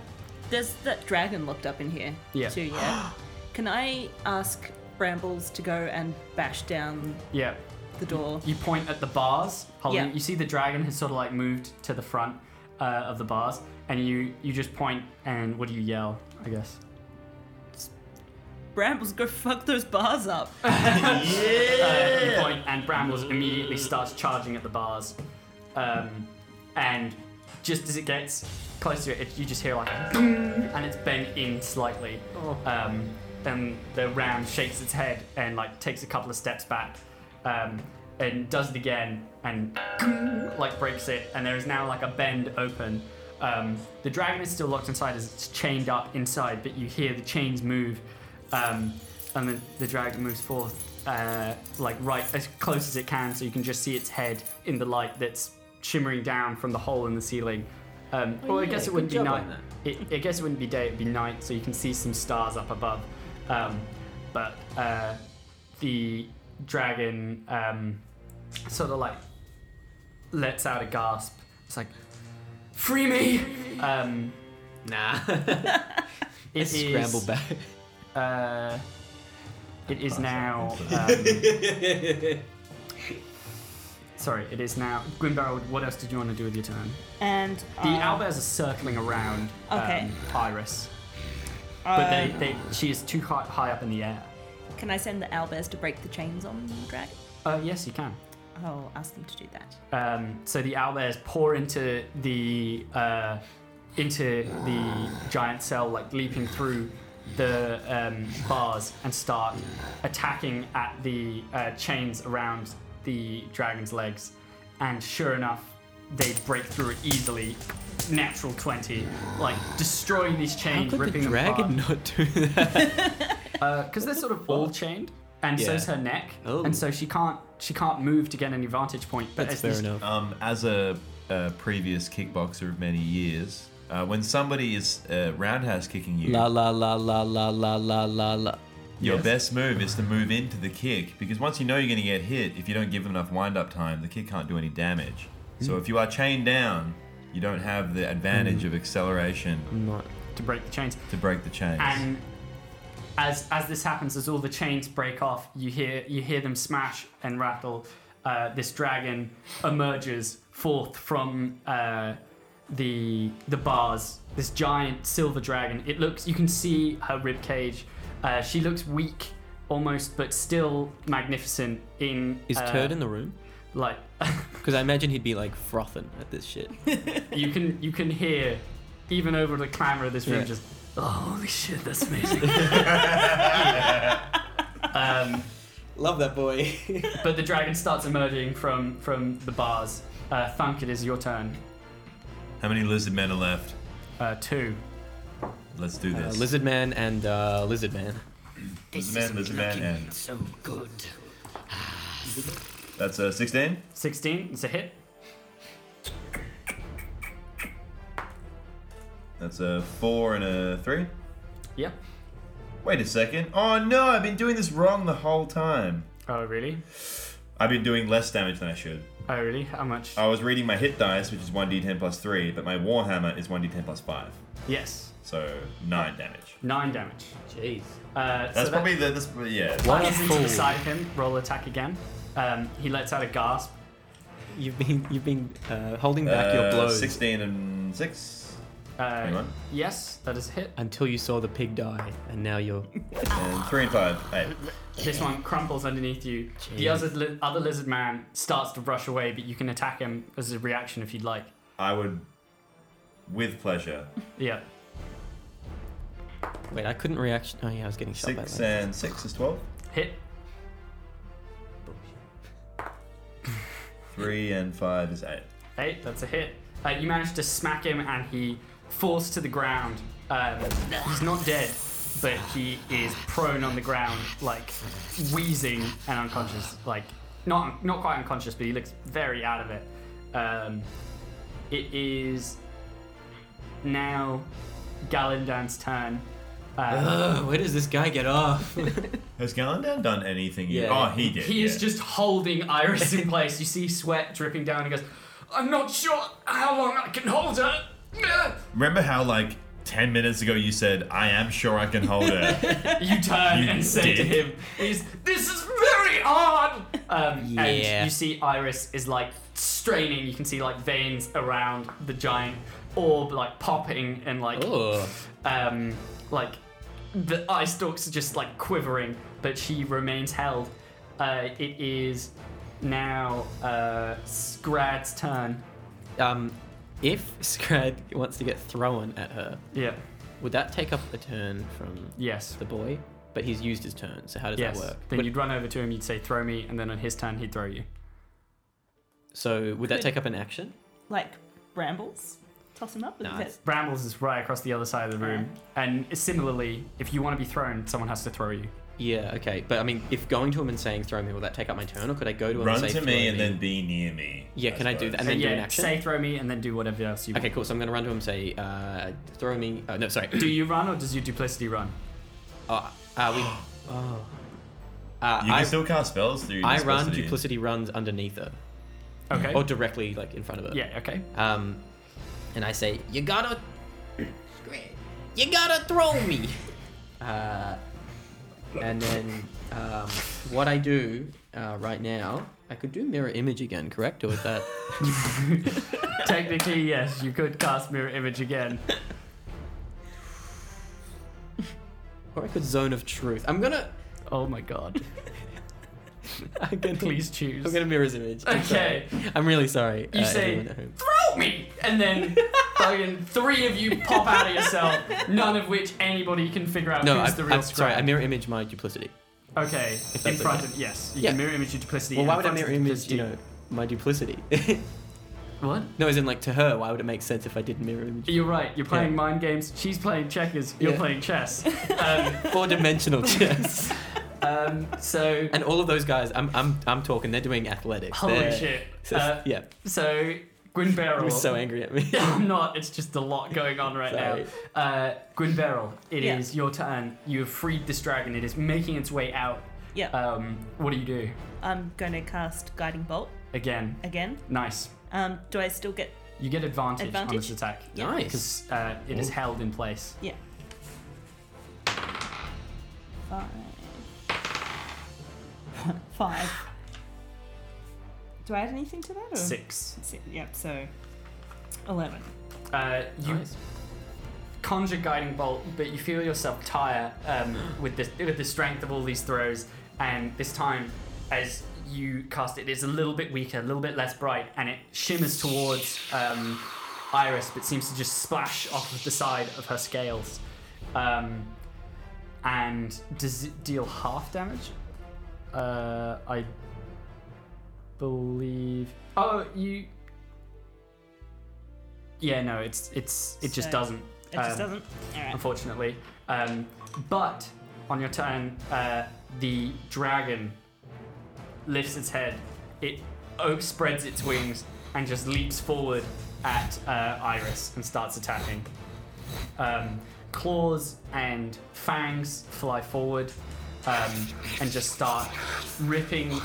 there's that dragon locked up in here.
Yeah.
Too, yeah. Can I ask Brambles to go and bash down
Yeah.
the door?
You point at the bars. Holding,
Yeah.
You see the dragon has sort of like moved to the front uh, of the bars, and you you just point and what do you yell? I guess.
Brambles, go fuck those bars up.
uh, you point, and Brambles immediately starts charging at the bars. Um, and just as it gets closer, it, you just hear like a boom, and it's bent in slightly. Um, and the ram shakes its head and like takes a couple of steps back, um, and does it again, and like breaks it, and there is now like a bend open. Um, the dragon is still locked inside as it's chained up inside, but you hear the chains move, um, and the, the dragon moves forth, uh, like right as close as it can, so you can just see its head in the light that's shimmering down from the hole in the ceiling. Um,
Oh,
well, I
yeah,
guess it
good
wouldn't be
job
night.
on that.
It, I guess it wouldn't be day; it'd be night, so you can see some stars up above. Um, but uh, the dragon um, sort of like lets out a gasp. It's like, "Free me!" Um,
nah.
it is-
Scramble back.
Uh, it is now. Um, sorry, it is now. Gwynbarrow, what else did you want to do with your turn?
And uh,
The owlbears are circling around
Okay.
um, Iris, but they, they, she is too high, high up in the air.
uh, Can I send the owlbears to break the chains on the dragon?
Uh, yes, you can.
I'll ask them to do that.
Um, so the owlbears pour into the uh, into the giant cell, like leaping through the um, bars and start attacking at the uh, chains around the dragon's legs. And sure enough, they break through it easily. Natural twenty, like destroying these
How
chains,
could the
ripping
dragon
them
not do that?
apart. Because they're sort of all chained, and so's
Yeah.
her neck,
Oh.
and so she can't she can't move to get any vantage point. But
That's
as
fair
these
enough.
Um, as a, a previous kickboxer of many years, uh, when somebody is uh, roundhouse kicking you,
La la la la la la la la la.
your
Yes.
best move is to move into the kick because once you know you're going to get hit, if you don't give them enough wind up time, the kick can't do any damage.
Hmm.
So if you are chained down, you don't have the advantage of acceleration
Not.
to break the chains.
to break the chains.
And as as this happens, as all the chains break off, you hear you hear them smash and rattle, uh, this dragon emerges forth from uh, the the bars. This giant silver dragon. It looks. You can see her rib cage. Uh, she looks weak, almost, but still magnificent. In
Is
uh,
Turd in the room?
like
Because I imagine he'd be like frothing at this shit.
you can you can hear even over the clamor of this room
Yeah.
just oh, holy shit that's amazing. um,
Love that boy.
but the dragon starts emerging from from the bars. Uh, Thunk, it is your turn.
How many lizard men are left?
Uh, two.
Let's do
uh,
this.
lizard man and uh, lizard man.
This
man,
isn't
there's a man,
looking
and-
so good.
That's uh, 16.
16, it's a hit.
That's a four and a three.
Yeah.
Wait a second. Oh no, I've been doing this wrong the whole time.
Oh, really?
I've been doing less damage than I should.
Oh, really? How much?
I was reading my hit dice, which is 1d10 plus 3, but my Warhammer is 1d10 plus 5.
Yes.
So, 9 damage.
Nine damage.
Jeez.
Uh,
That's
so that-
probably the. That's, yeah.
Plunges into
Wonderful.
the side of him, roll attack again. Um, he lets out a gasp.
You've been you've been uh, holding back your
Uh,
blows
16 and 6.
Uh,
21.
yes, that is a hit.
until you saw the pig die, and now you're.
And 3 and 5. 8.
This one crumples underneath you. The
Jeez.
other, li- other lizard man starts to rush away, but you can attack him as a reaction if you'd like.
I would. With pleasure.
Yeah.
Wait, I couldn't react. Oh yeah, I was getting shot by.
6
that.
and 6 is 12.
Hit.
3 and 5 is 8.
Eight, that's a hit. Uh, you manage to smack him and he falls to the ground. Um, he's not dead, but he is prone on the ground, like wheezing and unconscious. Like, not, not quite unconscious, but he looks very out of it. Um, it is now Galandan's turn. Uh,
Ugh, where does this guy get off?
Has Galandan done anything yet?
Yeah.
Oh, he did.
He is
yeah.
just holding Iris in place. You see sweat dripping down. He goes, I'm not sure how long I can hold her.
Remember how, like, 10 minutes ago you said, I am sure I can hold her?
You turn
You
and say to
dick.
him, he's, This is very hard! Um,
Yeah.
And you see Iris is like straining. You can see like veins around the giant orb, like popping and like,
Ugh.
um, like the eye stalks are just like quivering, but she remains held. Uh, it is now uh, Scrad's turn.
Um, if Scrad wants to get thrown at her,
Yeah.
would that take up a turn from
Yes.
the boy? But he's used his turn, so how does
yes.
that work?
Then
Would-
you'd run over to him. You'd say, "Throw me," and then on his turn, he'd throw you.
so would that take up an action?
Like brambles? Toss him up with
Nice.
his head.
Brambles is right across the other side of the room. And similarly, if you want to be thrown, someone has to throw you.
Yeah, okay. But I mean, if going to him and saying throw me, will that take up my turn, or could I go to him
Run
and say
to
throw
me and then be near me.
Yeah, can I
suppose.
do that? And
So
then do an
yeah,
action.
say throw me, and then do whatever else you
Okay, cool. So I'm gonna run to him and say, uh, throw me. Oh, no, sorry.
want. Do you run or does your duplicity run?
Uh, uh, we. Oh. Uh,
You can
I,
still cast spells through.
I run.
duplicity.
Duplicity runs underneath her,
Okay.
or directly like in front of her.
yeah. Okay.
Um, and I say, you gotta, you gotta throw me. Uh, and then um, what I do uh, right now, I could do mirror image again, correct? Or is that?
Technically, yes, you could cast mirror image again.
Or I could zone of truth. I'm gonna.
Oh my god.
I'm gonna
Please choose.
I'm gonna mirror's image. I'm
Okay.
sorry. I'm really sorry.
You
uh,
say-
everyone at home.
Throw me, and then fucking three of you pop out of yourself. None of which anybody can figure out
No,
who's
I,
the real.
I'm sorry. I
Scrap.
mirror image my duplicity.
Okay, in
that's
front
okay.
of yes, you
Yeah.
can mirror image your duplicity.
Well,
in
why would I
front of
mirror image?
duplicity.
You know, my duplicity.
what?
no, as in like to her. Why would it make sense if I did mirror image?
You're right. You're playing
Yeah.
mind games. She's playing checkers. You're
Yeah.
playing chess. Um,
Four dimensional chess.
um, so
And all of those guys, I'm, I'm, I'm talking. They're doing athletics.
holy
They're-
shit.
So,
uh,
yeah,
So Gwyn
he
Beryl.
was so angry at me.
I'm not. It's just a lot going on right
Sorry.
now. Uh, Gwyn Beryl, it is
Yeah.
your turn. You have freed this dragon. It is making its way out.
Yeah.
Um, what do you do?
I'm going to cast Guiding Bolt
Again,
again.
nice.
Um, do I still get.
You get advantage, on
Advantage?
this attack
nice.
because uh, it is held in place.
Yeah. Five. Five. Do I add anything to
hmm.
that? Or?
Six.
Si- Yep, so 11.
Uh, you
Nice.
conjure guiding bolt, but you feel yourself tire um, with the with the strength of all these throws. And this time, as you cast it, it's a little bit weaker, a little bit less bright, and it shimmers towards um, Iris, but seems to just splash off of the side of her scales. Um, and does it deal half damage? Uh, I believe. Oh, you. Yeah, no, it's it's it just
So-
doesn't.
It just
Um,
doesn't. Alright.
unfortunately. Um, but on your turn, uh, the dragon lifts its head. It o- spreads its wings and just leaps forward at uh, Iris and starts attacking. Um, claws and fangs fly forward um, and just start ripping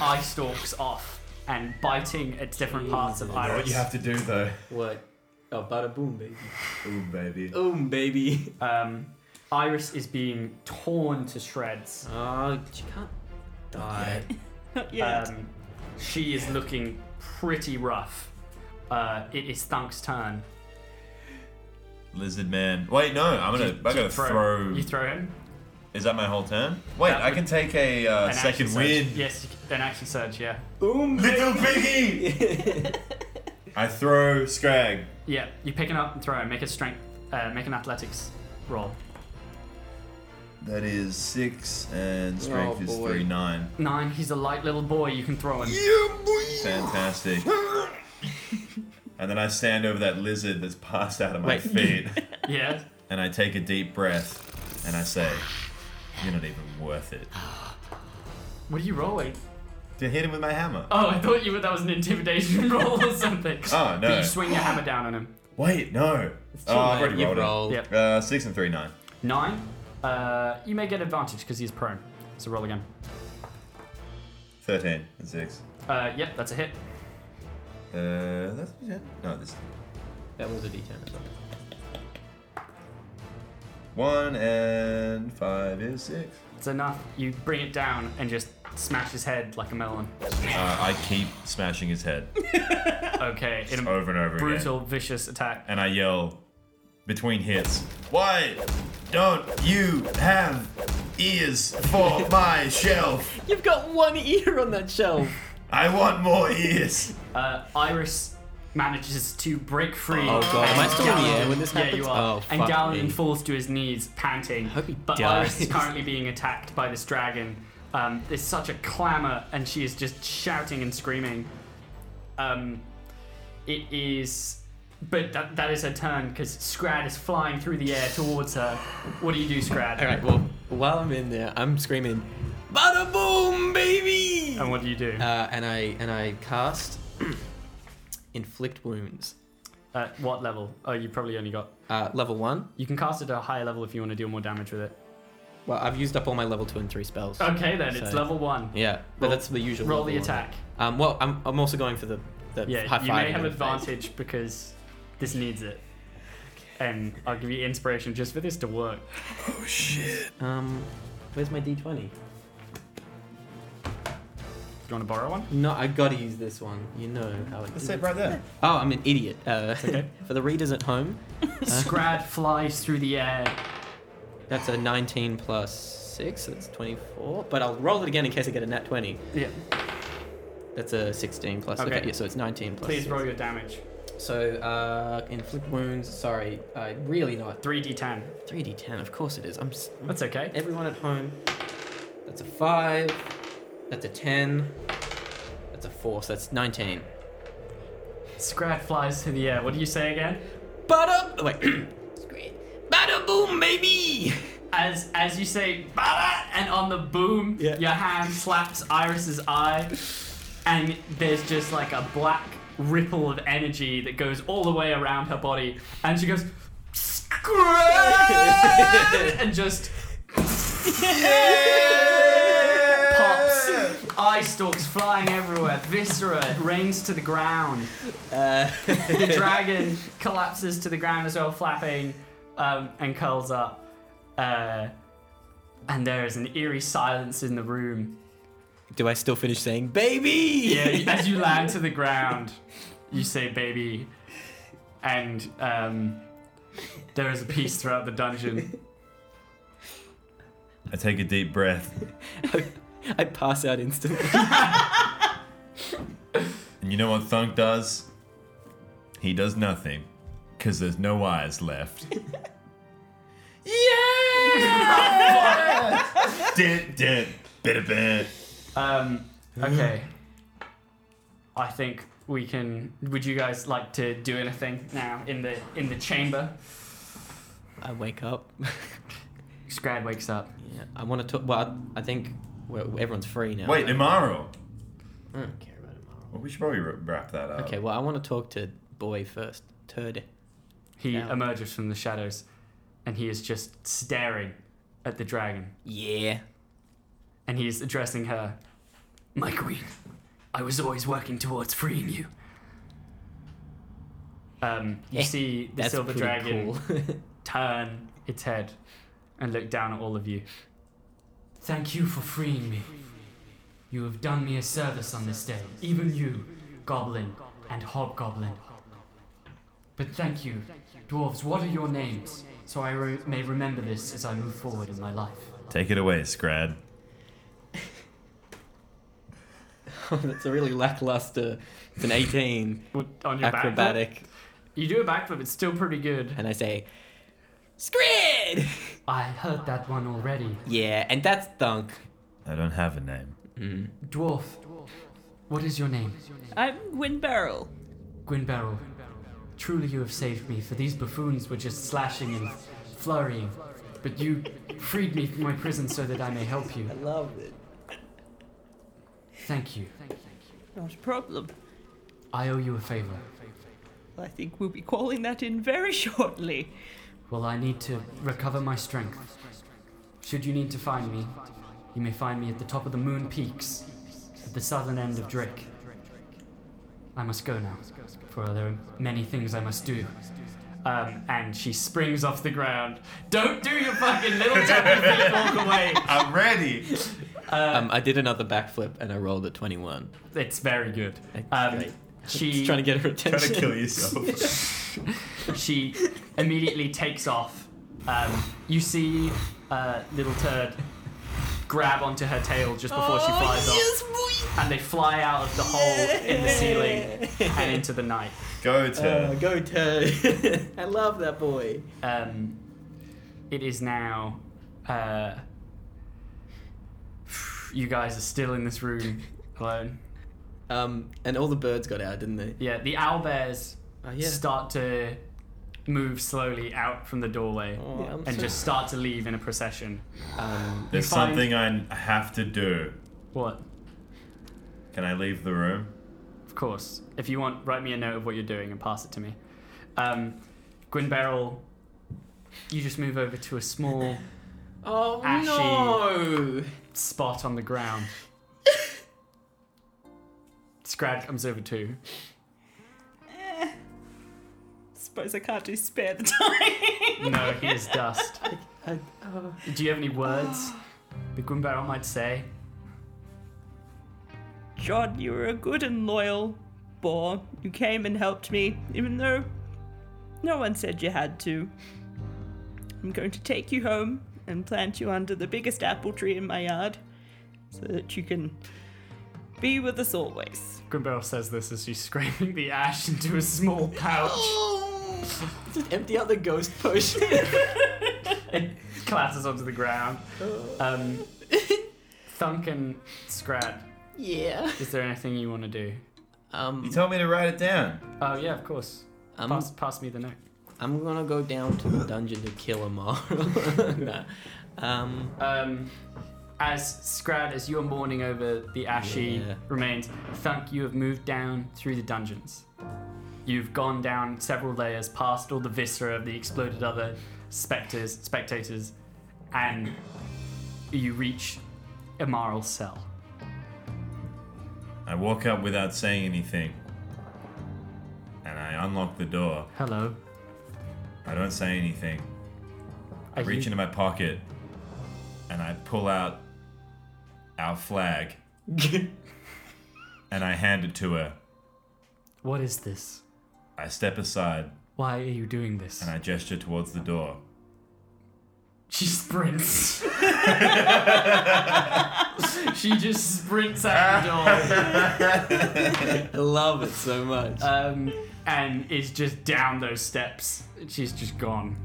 eye stalks off and biting at different parts of
What
Iris.
you have to do though.
What? Oh, bada boom, baby.
Ooh, baby.
Boom, baby.
Um, Iris is being torn to shreds. Uh,
Oh, she can't die.
Not yet.
Um, she is looking pretty rough. Uh, it is Thunk's turn.
Lizard man. Wait, no. I'm gonna. I gotta throw.
You throw him.
Is that my whole turn? Wait,
That
I
would-
can take a uh,
An action
second
surge.
win.
Yes, you c- an action surge. Yeah.
Boom.
Little piggy. I throw Scrag.
Yeah. You pick him up and throw him. Make a strength. Uh, make an athletics roll.
That is six, and strength
Oh,
is
boy.
three nine.
Nine. He's a light little boy. You can throw him.
Fantastic. and then I stand over that lizard that's passed out of my
Wait.
feet,
Yeah.
and I take a deep breath, and I say, "You're not even worth it."
What are you rolling?
To hit him with my hammer.
Oh, I thought you were, that was an intimidation roll or something.
Oh, no.
But you swing your hammer down on him.
Wait, no. Oh, I've already
you
rolled. it.
rolled.
Yep.
Uh, six and three nine.
Nine. Uh, you may get advantage because he's prone. So roll again.
Thirteen and six.
Uh, yep, that's a hit.
Uh, that's yeah. No, this
That was a D10. as well.
one and five is six.
It's enough. You bring it down and just smash his head like a melon.
Uh, I keep smashing his head
Okay, in a
over and over again,
brutal, vicious attack.
and I yell between hits, "Why don't you have ears for my shelf?
You've got one ear on that shelf.
I want more ears."
Uh, Iris manages to break free.
Oh, God. Am I still in the air when this
Yeah,
happens?
you are.
Oh,
and
fuck
Galleon
me.
falls to his knees, panting.
hope he
but Iris is
dies.
currently being attacked by this dragon. Um, there's such a clamor, and she is just shouting and screaming. Um, it is. But that, that is her turn because Scrad is flying through the air towards her. What do you do, Scrad?
All right. Well, while I'm in there, I'm screaming, "Bada boom, baby!"
And what do you do?
Uh, and I and I cast inflict wounds.
At what level? Oh, you probably only got.
Uh, level one.
You can cast it at a higher level if you want to deal more damage with it.
Well, I've used up all my level two and three spells.
Okay, then it's
So-
level one.
Yeah, but
Roll-
that's the usual.
Roll the
level one.
attack.
Um, well, I'm, I'm also going for the, the
Yeah,
high five.
you may have
in the face.
advantage because this needs it. And I'll give you inspiration just for this to work.
Um, where's my d20?
Do you want to borrow one?
No, I gotta use this one. You know how it
That's it right there.
Oh, I'm an idiot. Uh, for the readers at home,
Scrad flies through the air.
that's a 19 plus 6, that's 24. But I'll roll it again in case I get a nat 20.
Yeah.
That's a 16 plus.
Okay.
Okay, yeah, so it's 19 plus.
Please
six.
roll your damage.
So, uh, inflict wounds. Sorry, uh, really not.
3d10.
3d10, of course it is. I'm. s-
That's okay.
Everyone at home. That's a 5. That's a 10. That's a 4, so that's 19.
Scrad flies through the air. What do you say again?
Bada. Wait. Bada boom, baby!
As as you say, "Bada," and on the boom,
Yeah.
your hand slaps Iris's eye, and there's just like a black ripple of energy that goes all the way around her body, and she goes, "Scram!" and just pops. Eye stalks flying everywhere, viscera it rains to the ground. the dragon collapses to the ground as well, flapping um, and curls up. Uh, and there is an eerie silence in the room
Do I still finish saying baby?
Yeah, as you land to the ground, you say baby, and um, there is a peace throughout the dungeon.
I take a deep breath,
I pass out instantly.
and you know what Thunk does? He does nothing, because there's no eyes left. yeah! dent, dent, bit a bit.
Um, okay. I think we can. Would you guys like to do anything now in the in the chamber?
I wake up.
Scrad wakes up.
Yeah, I want to talk. Well, I think we everyone's free now.
Wait, Imaro.
I don't care about tomorrow.
Well, we should probably wra- wrap that
Oh.
up.
Okay, well, I want to talk to boy first. Turd.
He
Yeah.
emerges from the shadows, and he is just staring at the dragon,
Yeah.
and he is addressing her. My queen, I was always working towards freeing you. Um, you
Yeah,
see the
Eh, That's
silver
pretty
dragon
cool.
turn its head and look down at all of you. Thank you for freeing me. You have done me a service on this day, even you, goblin and hobgoblin. But thank you, dwarves. What are your names? So I re- may remember this as I move forward in my life.
Take it away, Scrad.
Oh, That's a really lackluster. It's an 18
On your
acrobatic,
you do a backflip. It's still pretty good.
and I say, Squid!
I heard that one already.
Yeah, and that's Thunk. Mm.
I don't have a name.
Dwarf, what is your name?
I'm Gwyn Barrel.
Gwyn Barrel, truly you have saved me, for these buffoons were just slashing and flurrying. But you freed me from my prison so that I may help you.
Love it.
Thank you.
Not a problem.
I owe you a favor.
I think we'll be calling that in very shortly.
Well, I need to recover my strength. Should you need to find me, you may find me at the top of the moon peaks, at the southern end of Drake. I must go now, for there are many things I must do. Um, and she springs off the ground. Don't do your fucking little tappy feet walk away.
I'm ready.
Um, I did another backflip and I rolled at 21.
It's very good.
That's
Um,
great.
she
Just trying to get her
Try
attention.
to kill yourself.
she immediately takes off. Um, you see uh, little turd grab onto her tail just before she
Oh,
flies off, and they fly out of the hole in the ceiling and into the night.
Go to.
Uh, go Turd. I love that boy.
Um, it is now. Uh, you guys are still in this room alone.
Um, and all the birds got out, didn't they?
Yeah, the owl bears
Oh, yeah.
start to move slowly out from the doorway
Oh, I'm
and
so-
just start to leave in a procession.
Um,
There's
find-
something I have to do.
What?
Can I leave the room?
Of course. If you want, write me a note of what you're doing and pass it to me. Um, Gwyn Beryl, you just move over to a small
oh
Ashy.
no!
spot on the ground. Scrag comes over too.
Suppose I can't just spare the time.
No, he is dust.
I, oh.
Do you have any words that Gwyn Beryl might say?
John, you were a good and loyal boar. You came and helped me, even though no one said you had to. I'm going to take you home and plant you under the biggest apple tree in my yard so that you can be with us always.
Gwyn Beryl says this as she's scraping the ash into a small pouch.
Just empty out the ghost potion.
It clatters onto the ground. Um, Thunk and Scrat,
yeah.
is there anything you want to do?
You
Um,
told me to write it down.
Oh, yeah, of course.
I'm,
Pass, pass me the note.
I'm gonna go down to the dungeon to kill him all. Nah. Um,
Um, as Scrad, as you're mourning over the ashy
Yeah.
remains, Thunk, you have moved down through the dungeons. You've gone down several layers, past all the viscera of the exploded other specters, spectators, and you reach Amaral's cell.
I walk up without saying anything. And I unlock the door.
Hello.
I don't say anything. I
Are
reach
you-
into my pocket and I pull out our flag and I hand it to her.
What is this?
I step aside
Why are you doing this?
and I gesture towards the door.
She sprints. she just sprints out the door
I love it so much.
um, and is just down those steps. She's just gone.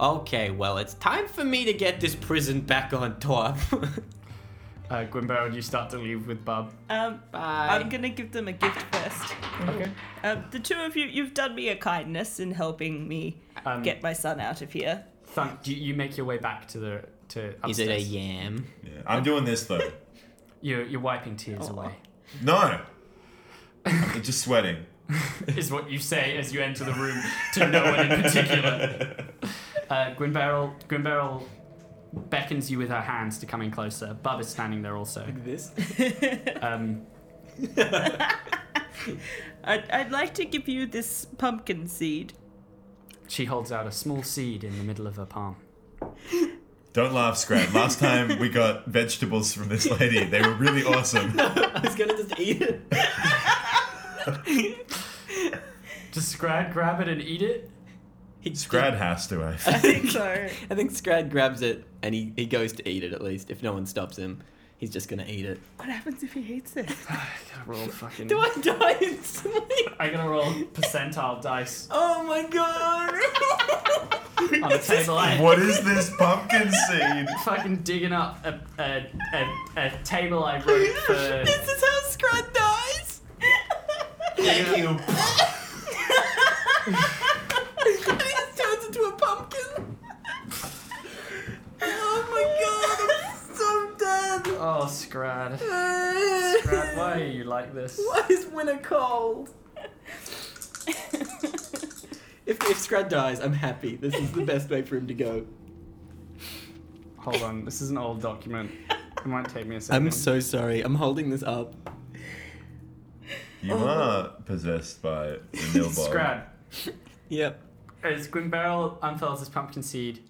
okay, well, it's time for me to get this prison back on top.
Uh, Gwynbarrel, you start to leave with Bub.
Um,
Bye.
I'm gonna give them a gift first. Okay. Um, the two of you, you've done me a kindness in helping me
Um,
get my son out of here.
Thunk, you, you make your way back to the to upstairs.
Is it a yam?
Yeah. I'm doing this though.
You're, you're wiping tears
Oh.
Aw.
away.
No. I'm just sweating.
Is what you say as you enter the room to no one in particular. Uh, Gwynbarrel, Gwynbarrel beckons you with her hands to come in closer. Bub is standing there also.
This?
Um,
I'd, I'd like to give you this pumpkin seed.
she holds out a small seed in the middle of her palm.
Don't laugh, Scrap. Last time we got vegetables from this lady. They were really awesome.
I was gonna just eat it.
Just grab, grab it and eat it.
He-
Scrad has to, I
I think so.
I think Scrad grabs it and he, he goes to eat it at least. If no one stops him, he's just gonna eat it.
What happens if he hates it?
gotta roll fucking.
Do I die in sleep?
I gotta roll percentile dice
Oh my god!
on the table. I
What is this pumpkin seed?
fucking digging up a, a, a, a table I wrote for.
this is how Scrud dies!
Thank you.
and he just turns into a pumpkin! oh
so dead!
Oh, Scrad. Scrad, why are you like this?
is winter cold? If, if Scrad dies, I'm happy. This is the best way for him to go.
Hold on, this is an old document. It might take me a second.
I'm so sorry. I'm holding this up.
You are possessed by the Nilbog.
Scrad,
Yep.
as Gwynbarrel unfurls this pumpkin seed,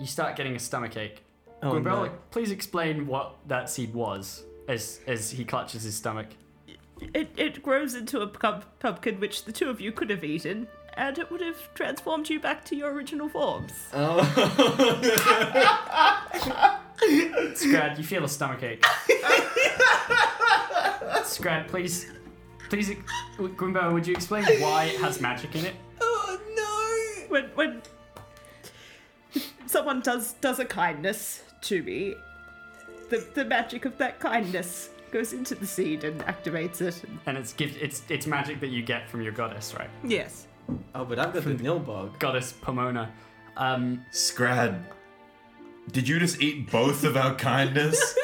you start getting a stomach ache.
Oh,
Gwynbarrel,
no.
please explain what that seed was as as he clutches his stomach.
my god! It, it grows into a pub- pumpkin which the two of you could have eaten, and it would have transformed you back to your original forms.
Scrad, you feel a stomach ache. Scrad, please, please, ex- Gwynbarrel, would you explain why it has magic in it?
Oh no!
when when someone does does a kindness to me, the the magic of that kindness goes into the seed and activates it.
And it's gives it's it's magic that you get from your goddess, right?
Yes.
Oh, but I've got the Nilbog.
Goddess Pomona. Um,
Scrad, did you just eat both of our kindness?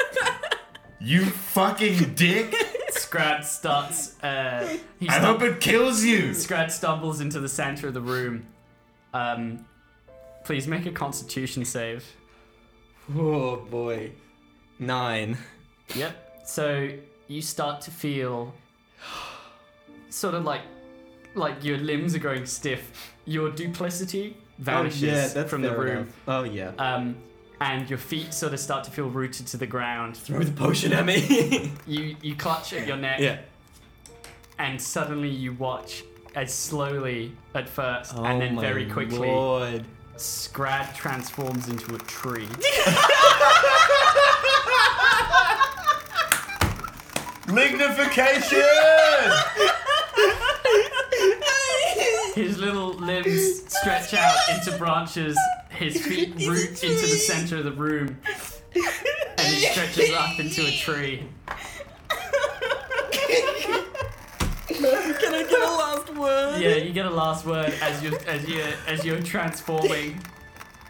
you fucking dick!
Scrad starts. Uh, he
I
stum-
hope it kills you!
Scrad stumbles into the center of the room. Um, please make a Constitution save.
Oh boy. Nine.
Yep. So you start to feel sort of like like your limbs are going stiff. Your duplicity vanishes from the
Oh, fair
room.
enough. Oh yeah.
Um, and your feet sort of start to feel rooted to the ground.
Throw the potion at me.
You you clutch at your neck,
yeah.
and suddenly you watch as slowly at first, and then very quickly,
Oh, Lord.
Scrad transforms into a tree.
Lignification!
His little limbs stretch out into branches. His feet root into the center of the room. And he stretches up into a tree.
Can I get a last word?
Yeah, you get a last word as you as you as you're transforming.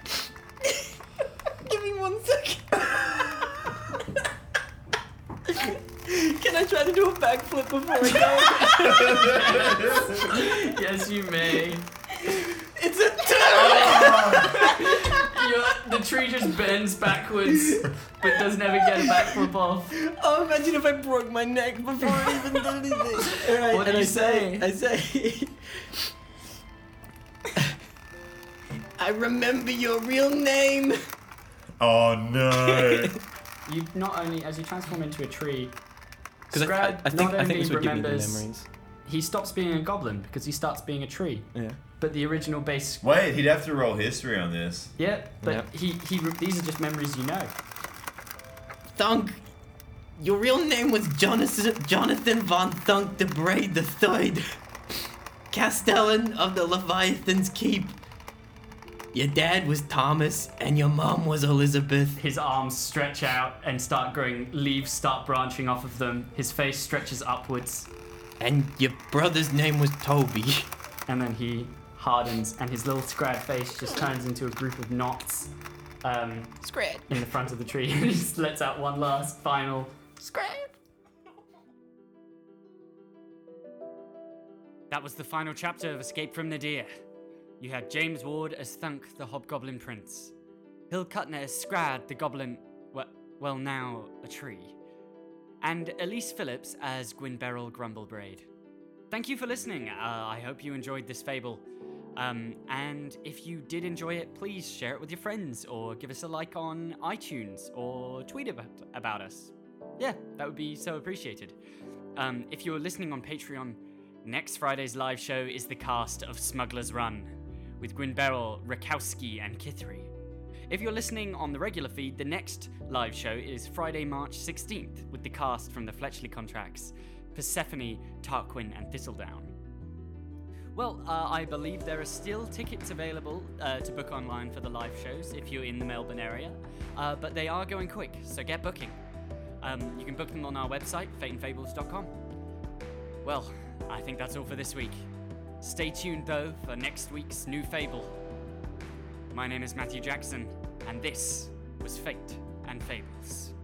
Give me one second. Can I try to do a backflip before I go?
Yes, you may.
it's a
You're, the tree just bends backwards, but doesn't ever get a backflip off.
Oh, imagine if I broke my neck before I even did anything. All right,
What did
and
you
I say,
say?
I say, I remember your real name.
Oh no!
You not only as you transform into a tree,
Because I, I,
Scrad
I think
not
I think
only
this would give me the
remembers-
memories.
he stops being a goblin because he starts being a tree.
Yeah.
But the original base,
Wait, he'd have to roll history on this.
yeah. But
Yep.
he he re- these are just memories you know.
Thunk. Your real name was Jonathan, Jonathan von Thunk de Bray the Third, Castellan of the Leviathan's Keep. Your dad was Thomas, and your mom was Elizabeth.
His arms stretch out and start growing. Leaves start branching off of them. His face stretches upwards,
And your brother's name was Toby.
and then he hardens, and his little scrad face just turns into a group of knots um,
Scrid.
in the front of the tree. and he just lets out one last final.
Scrid.
That was the final chapter of Escape from Nadir. You had James Ward as Thunk, the Hobgoblin Prince, Hill Cutner as Scrad, the Goblin, well, well now a tree, and Elise Phillips as Gwyn Beryl Grumblebraid. Thank you for listening. Uh, I hope you enjoyed this fable. Um, and if you did enjoy it, please share it with your friends or give us a like on iTunes or tweet about, about us. Yeah, that would be so appreciated. Um, if you're listening on Patreon, next Friday's live show is the cast of Smuggler's Run with Gwyn Beryl, Rakowski, and Kithri. If you're listening on the regular feed, the next live show is Friday, March 16th with the cast from the Fletchley contracts Persephone, Tarquin, and Thistledown. Well, uh, I believe there are still tickets available uh, to book online for the live shows if you're in the Melbourne area, uh, but they are going quick, so get booking. Um, you can book them on our website, fateandfables.com. Well, I think that's all for this week. Stay tuned though for next week's new fable. My name is Matthew Jackson, and this was Fate and Fables.